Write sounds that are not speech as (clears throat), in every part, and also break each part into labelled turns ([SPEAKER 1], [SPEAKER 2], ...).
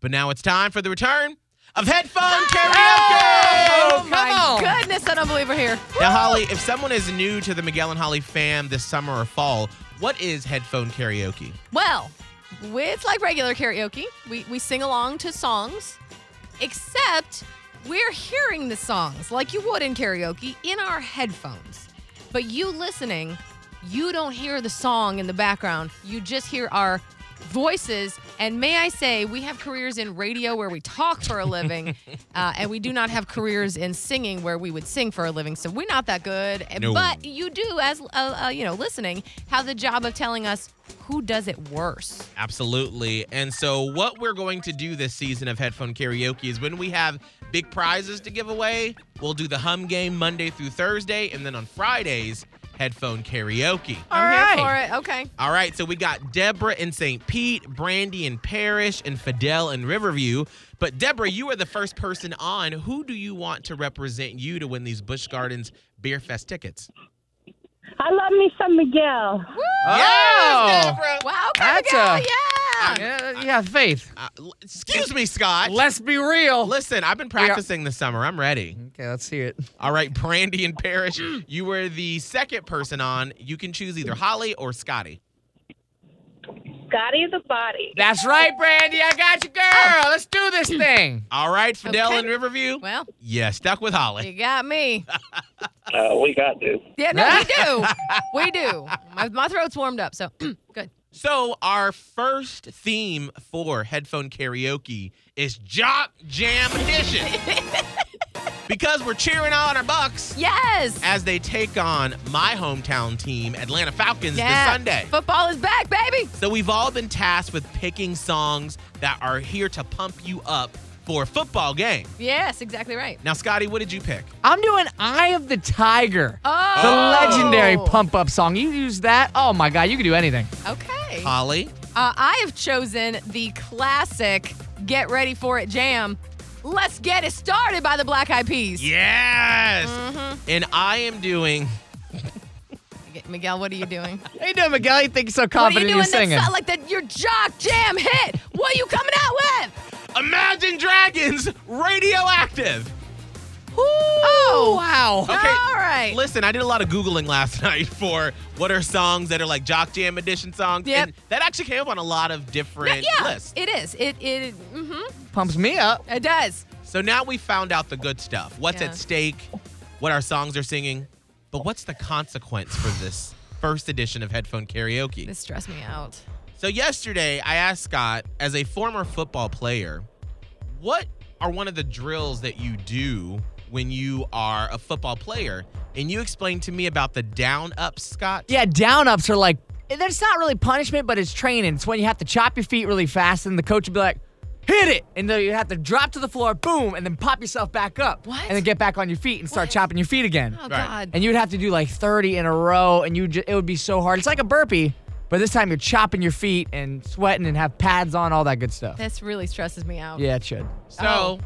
[SPEAKER 1] But now it's time for the return of headphone
[SPEAKER 2] Oh,
[SPEAKER 1] karaoke.
[SPEAKER 2] my
[SPEAKER 3] on.
[SPEAKER 2] goodness, I don't believe we're here.
[SPEAKER 1] Now, Holly, if someone is new to the Miguel and Holly fam this summer or fall, what is headphone karaoke?
[SPEAKER 2] Well, we- it's like regular karaoke. We, we sing along to songs, except we're hearing the songs like you would in karaoke in our headphones. But you listening, you don't hear the song in the background. You just hear our voices. And may I say, we have careers in radio where we talk for a living, uh, and we do not have careers in singing where we would sing for a living. So we're not that good.
[SPEAKER 1] No.
[SPEAKER 2] But you do as uh, uh, you know listening have the job of telling us who does it worse
[SPEAKER 1] Absolutely. And so, what we're going to do this season of Headphone Karaoke is when we have big prizes to give away, we'll do the hum game Monday through Thursday, and then on Fridays, Headphone Karaoke.
[SPEAKER 2] i'm
[SPEAKER 3] All
[SPEAKER 2] here
[SPEAKER 3] right.
[SPEAKER 2] for it okay
[SPEAKER 1] All right, so we got Deborah in St. Pete, Brandy in Parrish, and Fidel in Riverview. But Deborah, you are the first person on. Who do you want to represent you to win these Busch Gardens Beer Fest tickets?
[SPEAKER 4] I love me some Miguel.
[SPEAKER 2] Woo!
[SPEAKER 3] Oh.
[SPEAKER 2] wow okay,
[SPEAKER 3] That's
[SPEAKER 2] girl,
[SPEAKER 3] a-
[SPEAKER 2] yeah
[SPEAKER 3] Yeah, yeah, faith.
[SPEAKER 1] Uh, l- excuse me, Scott.
[SPEAKER 3] Let's be real.
[SPEAKER 1] Listen, I've been practicing this summer. I'm ready.
[SPEAKER 3] okay, let's hear it.
[SPEAKER 1] All right, Brandy and Parrish,
[SPEAKER 2] Mm.
[SPEAKER 1] you were the second person on. You can choose either Holly or Scotty.
[SPEAKER 4] Scotty the body.
[SPEAKER 3] That's right, Brandy. I got you, girl. Let's do this thing.
[SPEAKER 1] All right, Fidel
[SPEAKER 2] Okay.
[SPEAKER 1] and Riverview.
[SPEAKER 2] well
[SPEAKER 1] Yeah, stuck with Holly.
[SPEAKER 2] you got me
[SPEAKER 5] Uh, we got to.
[SPEAKER 2] yeah no we
[SPEAKER 3] (laughs)
[SPEAKER 2] do we do my, my throat's warmed up so (clears throat) good
[SPEAKER 1] So our first theme for headphone karaoke is Jock Jam Edition. because we're cheering on our Bucks
[SPEAKER 2] yes
[SPEAKER 1] as they take on my hometown team, Atlanta Falcons,
[SPEAKER 2] yeah.
[SPEAKER 1] this Sunday.
[SPEAKER 2] football is back baby
[SPEAKER 1] So we've all been tasked with picking songs that are here to pump you up for a football game.
[SPEAKER 2] yes exactly right
[SPEAKER 1] Now, Scotty, what did you pick?
[SPEAKER 3] I'm doing Eye of the Tiger.
[SPEAKER 2] oh
[SPEAKER 3] The legendary pump up song. You use that. Oh my God, you can do anything.
[SPEAKER 2] okay
[SPEAKER 1] Holly?
[SPEAKER 2] Uh, I have chosen the classic Get Ready For It jam. Let's get it started by the Black Eyed Peas.
[SPEAKER 1] Yes! And I am doing
[SPEAKER 2] Miguel, what are you
[SPEAKER 3] (laughs)
[SPEAKER 2] doing?
[SPEAKER 3] How you doing, Miguel? You think so
[SPEAKER 2] what are you
[SPEAKER 3] confident
[SPEAKER 2] doing
[SPEAKER 3] you're singing?
[SPEAKER 2] that's not like that your jock jam hit? What are you coming out with?
[SPEAKER 1] Imagine Dragons Radioactive.
[SPEAKER 2] Oh,
[SPEAKER 3] wow.
[SPEAKER 1] Okay.
[SPEAKER 2] All right.
[SPEAKER 1] Listen, I did a lot of Googling last (laughs) night for what are songs that are like Jock Jam Edition songs.
[SPEAKER 2] Yep.
[SPEAKER 1] And that actually came up on a lot of different
[SPEAKER 2] yeah,
[SPEAKER 1] lists.
[SPEAKER 2] it is. It it mm-hmm.
[SPEAKER 3] Pumps me up.
[SPEAKER 2] it does.
[SPEAKER 1] So now we found out the good stuff. What's
[SPEAKER 2] Yeah.
[SPEAKER 1] at stake, what our songs are singing, but what's the consequence for this first edition of Headphone Karaoke?
[SPEAKER 2] This stressed me out.
[SPEAKER 1] So yesterday, I asked Scott, as a former football player, what are one of the drills that you do when you are a football player? And you explained to me about the down up, Scott.
[SPEAKER 3] Yeah, down ups are like, that's not really punishment, but it's training. It's when you have to chop your feet really fast, and the coach would be like, hit it. And then you have to drop to the floor, boom, and then pop yourself back up.
[SPEAKER 2] What?
[SPEAKER 3] And then get back on your feet and start
[SPEAKER 2] What?
[SPEAKER 3] chopping your feet again.
[SPEAKER 2] Oh
[SPEAKER 1] Right.
[SPEAKER 2] God.
[SPEAKER 3] And you would have to do like 30 in a row, and you ju- it would be so hard. It's like a burpee, but this time you're chopping your feet and sweating and have pads on, all that good stuff.
[SPEAKER 2] this really stresses me out.
[SPEAKER 3] Yeah, it should.
[SPEAKER 1] So
[SPEAKER 2] Oh.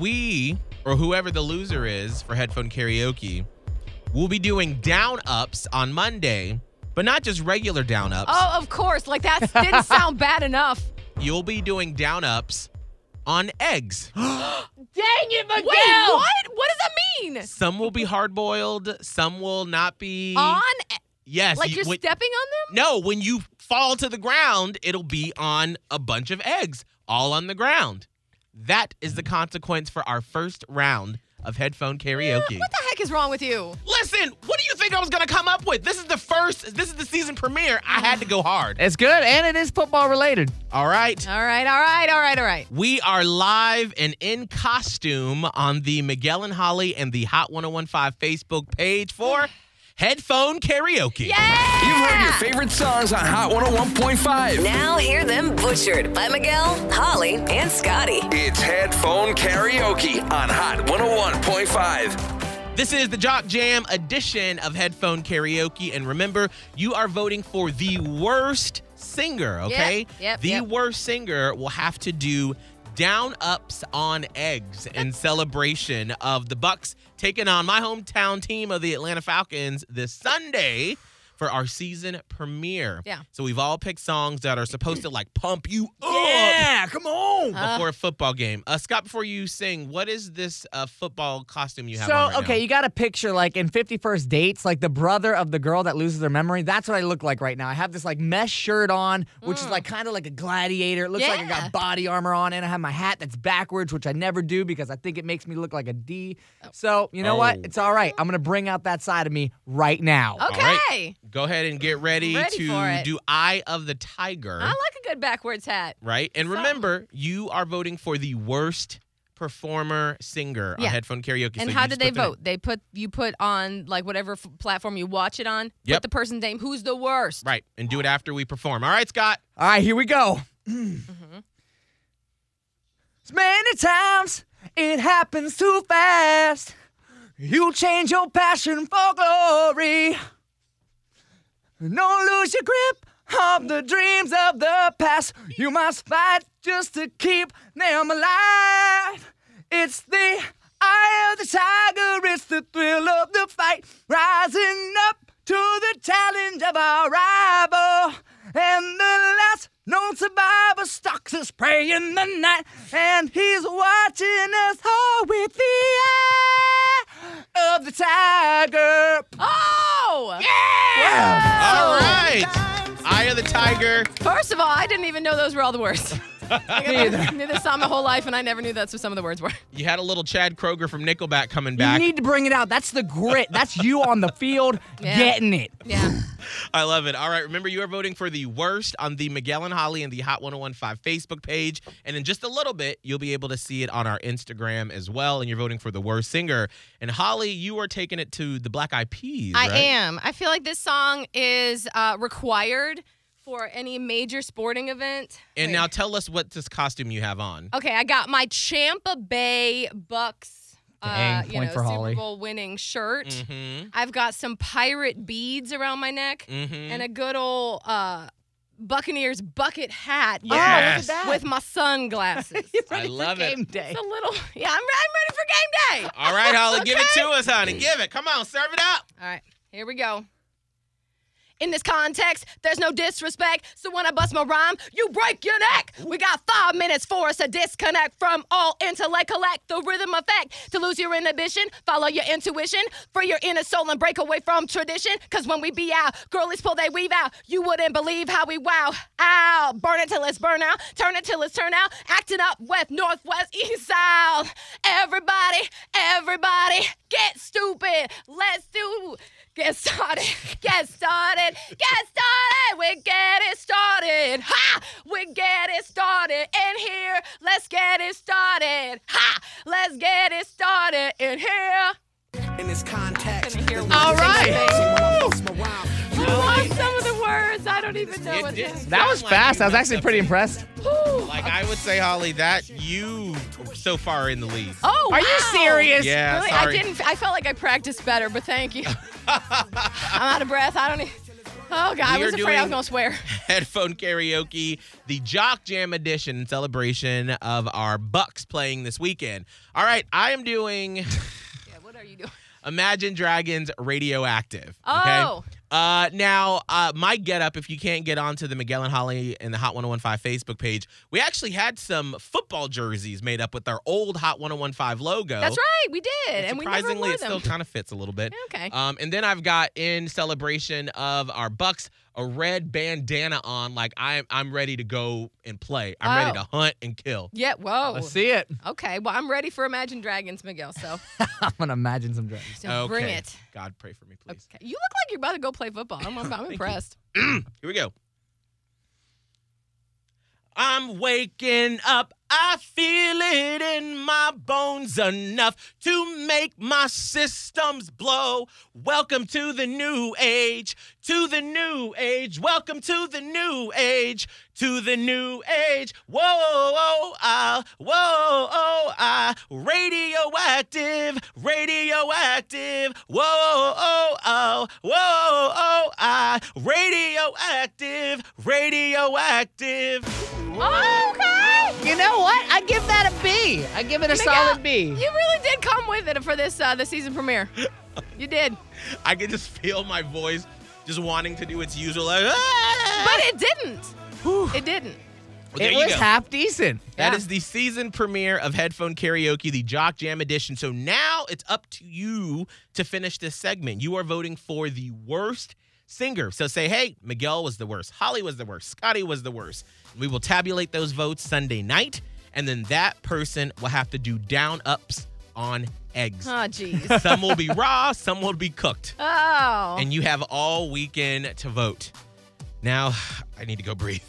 [SPEAKER 1] we, or whoever the loser is for headphone karaoke, will be doing down ups on Monday, but not just regular down ups.
[SPEAKER 2] Oh, of course. Like that didn't sound bad enough.
[SPEAKER 1] You'll be doing down ups on
[SPEAKER 2] (gasps)
[SPEAKER 1] eggs.
[SPEAKER 2] Dang it, Miguel! Wait, what? What does that mean?
[SPEAKER 1] some will be hard boiled, some will not be.
[SPEAKER 2] On
[SPEAKER 1] Yes.
[SPEAKER 2] like
[SPEAKER 1] you-
[SPEAKER 2] you're
[SPEAKER 1] when-
[SPEAKER 2] stepping on them?
[SPEAKER 1] No, when you fall to the ground, it'll be on a bunch of eggs, all on the ground. That is
[SPEAKER 2] Mm.
[SPEAKER 1] the consequence for our first round of headphone karaoke.
[SPEAKER 2] What the heck is wrong with you?
[SPEAKER 1] Listen, what do you think I was gonna come up with? This is the first, this is the season premiere. I had to go hard.
[SPEAKER 3] It's good, and it is football related.
[SPEAKER 1] All right.
[SPEAKER 2] All right, all right, all right, all right.
[SPEAKER 1] We are live and in costume on the Miguel and Holly and the Hot 1015 Facebook page for headphone karaoke.
[SPEAKER 2] Yeah!
[SPEAKER 6] You've heard your favorite songs on Hot 101.5.
[SPEAKER 7] Now hear them butchered by Miguel, Holly, and Scotty.
[SPEAKER 6] It's headphone karaoke on Hot 101.5.
[SPEAKER 1] This is the Jock Jam edition of Headphone Karaoke. And remember, you are voting for the worst singer, okay?
[SPEAKER 2] yep,
[SPEAKER 1] the
[SPEAKER 2] yep.
[SPEAKER 1] worst singer will have to do down ups on eggs
[SPEAKER 2] (laughs)
[SPEAKER 1] in celebration of the Bucks taking on my hometown team of the Atlanta Falcons this Sunday. for our season premiere.
[SPEAKER 2] Yeah.
[SPEAKER 1] So we've all picked songs that are supposed to like pump you up
[SPEAKER 3] Yeah, come on.
[SPEAKER 1] before a football game. Uh, Scott, before you sing, what is this uh, football costume you have?
[SPEAKER 3] so
[SPEAKER 1] on right
[SPEAKER 3] okay,
[SPEAKER 1] now?
[SPEAKER 3] you got a picture like in 51st Dates, like the brother of the girl that loses her memory. That's what I look like right now. I have this like mesh shirt on, which is like kind of like a gladiator. It looks like I
[SPEAKER 2] Yeah.
[SPEAKER 3] got body armor on, and I have my hat that's backwards, which I never do because I think it makes me look like a D. So you know what?
[SPEAKER 1] Oh.
[SPEAKER 3] It's all right. I'm gonna bring out that side of me right now.
[SPEAKER 2] Okay.
[SPEAKER 1] Go ahead and get ready,
[SPEAKER 2] Ready for
[SPEAKER 1] to
[SPEAKER 2] it.
[SPEAKER 1] do Eye of the Tiger.
[SPEAKER 2] I like a good backwards hat.
[SPEAKER 1] right? And
[SPEAKER 2] Some.
[SPEAKER 1] remember, you are voting for the worst performer singer
[SPEAKER 2] Yeah.
[SPEAKER 1] on Headphone Karaoke.
[SPEAKER 2] and
[SPEAKER 1] So
[SPEAKER 2] how
[SPEAKER 1] you just
[SPEAKER 2] did they
[SPEAKER 1] put the-
[SPEAKER 2] vote? They put you put on like whatever f- platform you watch it on.
[SPEAKER 1] Yep.
[SPEAKER 2] Put the person's name. Who's the worst?
[SPEAKER 1] Right, and do it after we perform. All right, Scott.
[SPEAKER 3] All right, here we go. (clears throat) As many times it happens too fast. You change your passion for glory. Don't lose your grip of the dreams of the past. You must fight just to keep them alive. It's the eye of the tiger, it's the thrill of the fight, rising up to the challenge of our rival. And the last known survivor stalks his prey in the night, and he's watching us all with the eye of the tiger.
[SPEAKER 2] Oh!
[SPEAKER 3] Yeah!
[SPEAKER 1] All right. Eye of the Tiger.
[SPEAKER 2] First of all, I didn't even know those were all
[SPEAKER 1] (laughs)
[SPEAKER 2] the words. Like, I (laughs) knew this song my whole life, and I never knew that's what some of
[SPEAKER 1] (laughs)
[SPEAKER 2] the words were.
[SPEAKER 1] You had a little Chad Kroger from Nickelback coming
[SPEAKER 3] You
[SPEAKER 1] back.
[SPEAKER 3] need to bring it out. That's the grit. That's you on the (laughs) field
[SPEAKER 2] Yeah.
[SPEAKER 3] getting it.
[SPEAKER 2] Yeah.
[SPEAKER 1] I love it. All right, remember you are voting for the worst on the Miguel and Holly and the Hot 1015 Facebook page. And in just a little bit, you'll be able to see it on our Instagram as well. And you're voting for the worst singer. And Holly, you are taking it to the Black Eyed Peas.
[SPEAKER 2] I
[SPEAKER 1] right?
[SPEAKER 2] am. I feel like this song is uh, required for any major sporting event.
[SPEAKER 1] And
[SPEAKER 2] Wait.
[SPEAKER 1] now tell us what this costume you have on.
[SPEAKER 3] Oh.
[SPEAKER 2] okay, I got my Champa Bay Bucks, uh,
[SPEAKER 3] Dang,
[SPEAKER 2] you
[SPEAKER 3] point
[SPEAKER 2] know,
[SPEAKER 3] for Holly.
[SPEAKER 2] Super Bowl winning shirt.
[SPEAKER 1] Mm-hmm.
[SPEAKER 2] I've got some pirate beads around my neck
[SPEAKER 1] Mm-hmm.
[SPEAKER 2] and a good old uh, Buccaneers bucket hat
[SPEAKER 1] Yes.
[SPEAKER 3] Oh, that.
[SPEAKER 2] with my
[SPEAKER 3] (laughs)
[SPEAKER 2] sunglasses. it's
[SPEAKER 1] I love it.
[SPEAKER 3] Game day.
[SPEAKER 2] a little, (laughs) yeah, I'm, I'm ready for game day.
[SPEAKER 1] All right, Holly, give it
[SPEAKER 2] Okay.
[SPEAKER 1] to us, honey. Give it. Come on, serve it up.
[SPEAKER 2] All right, here we go. In this context, there's no disrespect. So when I bust my rhyme, you break your neck. We got five minutes for us to disconnect from all intellect, collect the rhythm effect. To lose your inhibition, follow your intuition, free your inner soul and break away from tradition. Cause when we be out, girlies pull they weave out. You wouldn't believe how we wow out. Burn it till it's burn out, turn it till it's turn out. Acting up west, northwest, east, south. Everybody, everybody, get stupid. Let's do get started. Get started. Get started. We get it started. Ha! We get it started. In here, let's get it started. Ha! Let's get it started. In here.
[SPEAKER 8] in this context.
[SPEAKER 2] All
[SPEAKER 8] right.
[SPEAKER 2] I lost some of the words. I don't even know
[SPEAKER 1] It
[SPEAKER 2] what
[SPEAKER 1] did-
[SPEAKER 2] this.
[SPEAKER 3] That was
[SPEAKER 1] Sound like
[SPEAKER 3] fast.
[SPEAKER 1] you
[SPEAKER 3] I was
[SPEAKER 1] went
[SPEAKER 3] actually
[SPEAKER 1] up
[SPEAKER 3] pretty
[SPEAKER 1] to-
[SPEAKER 3] impressed.
[SPEAKER 2] Whew.
[SPEAKER 1] Like I would say, Holly, that you were so far in the lead.
[SPEAKER 2] Oh,
[SPEAKER 3] Are you
[SPEAKER 2] wow.
[SPEAKER 3] serious?
[SPEAKER 1] Yeah,
[SPEAKER 2] Really?
[SPEAKER 1] sorry.
[SPEAKER 2] I didn't. I felt like I practiced better, but
[SPEAKER 1] (laughs)
[SPEAKER 2] thank you. I'm out of breath. I don't. e- Oh God, I
[SPEAKER 1] We are
[SPEAKER 2] was afraid I was
[SPEAKER 1] doing-
[SPEAKER 2] gonna swear.
[SPEAKER 1] Headphone karaoke, the Jock Jam edition in celebration of our Bucks playing this weekend. All right, I am
[SPEAKER 2] (laughs)
[SPEAKER 1] doing
[SPEAKER 2] Yeah, what are you doing?
[SPEAKER 1] Imagine Dragons Radioactive.
[SPEAKER 2] Oh.
[SPEAKER 1] Okay? Uh, now, uh, my get up, if you can't get onto the Miguel and Holly and the Hot 1015 Facebook page, we actually had some football jerseys made up with our old Hot 1015 logo.
[SPEAKER 2] That's right, we did, and, we never
[SPEAKER 1] Oh. surprisingly,
[SPEAKER 2] wore
[SPEAKER 1] it still
[SPEAKER 2] them. (laughs)
[SPEAKER 1] kind of fits a little bit.
[SPEAKER 2] Okay.
[SPEAKER 1] Um, and then I've got in celebration of our Bucks a red bandana on, like I'm I'm ready to go and play. I'm ready
[SPEAKER 2] Oh.
[SPEAKER 1] to hunt and kill.
[SPEAKER 2] yeah. Whoa.
[SPEAKER 3] Let's see it. (laughs)
[SPEAKER 2] Okay. Well, I'm ready for Imagine Dragons, Miguel. So,
[SPEAKER 3] I'm gonna imagine some drugs.
[SPEAKER 2] so
[SPEAKER 1] (laughs)
[SPEAKER 2] bring
[SPEAKER 1] Okay.
[SPEAKER 2] it.
[SPEAKER 1] God, pray for me, please.
[SPEAKER 2] Okay. You look like you're about to go play football. I'm, I'm impressed.
[SPEAKER 1] Here we go. I'm waking up. I feel it in my bones enough to make my systems blow. Welcome to the new age, to the new age. Welcome to the new age, to the new age. Whoa, oh, ah, whoa, oh, ah. Radioactive, radioactive. Whoa, oh, oh, whoa, oh, ah. Radioactive, radioactive.
[SPEAKER 2] Okay.
[SPEAKER 3] You know what? I give that a B. I give it a
[SPEAKER 2] Miguel,
[SPEAKER 3] solid B.
[SPEAKER 2] You really did come with it for this uh, the season premiere. You did.
[SPEAKER 1] (laughs) I can just feel my voice just wanting to do its usual. Like, "Ah!"
[SPEAKER 2] But it didn't. It didn't.
[SPEAKER 1] Well, there
[SPEAKER 3] it
[SPEAKER 1] you
[SPEAKER 3] was
[SPEAKER 1] go.
[SPEAKER 3] half decent.
[SPEAKER 1] That
[SPEAKER 2] Yeah.
[SPEAKER 1] is the season premiere of Headphone Karaoke, the Jock Jam edition. So now it's up to you to finish this segment. You are voting for the worst singer. So say, hey, Miguel was the worst, Holly was the worst, Scotty was the worst. We will tabulate those votes Sunday night, and then that person will have to do down ups on eggs.
[SPEAKER 2] Oh, jeez.
[SPEAKER 1] some will be raw, some will be cooked,
[SPEAKER 2] Oh.
[SPEAKER 1] and you have all weekend to vote. Now (sighs) I need to go breathe.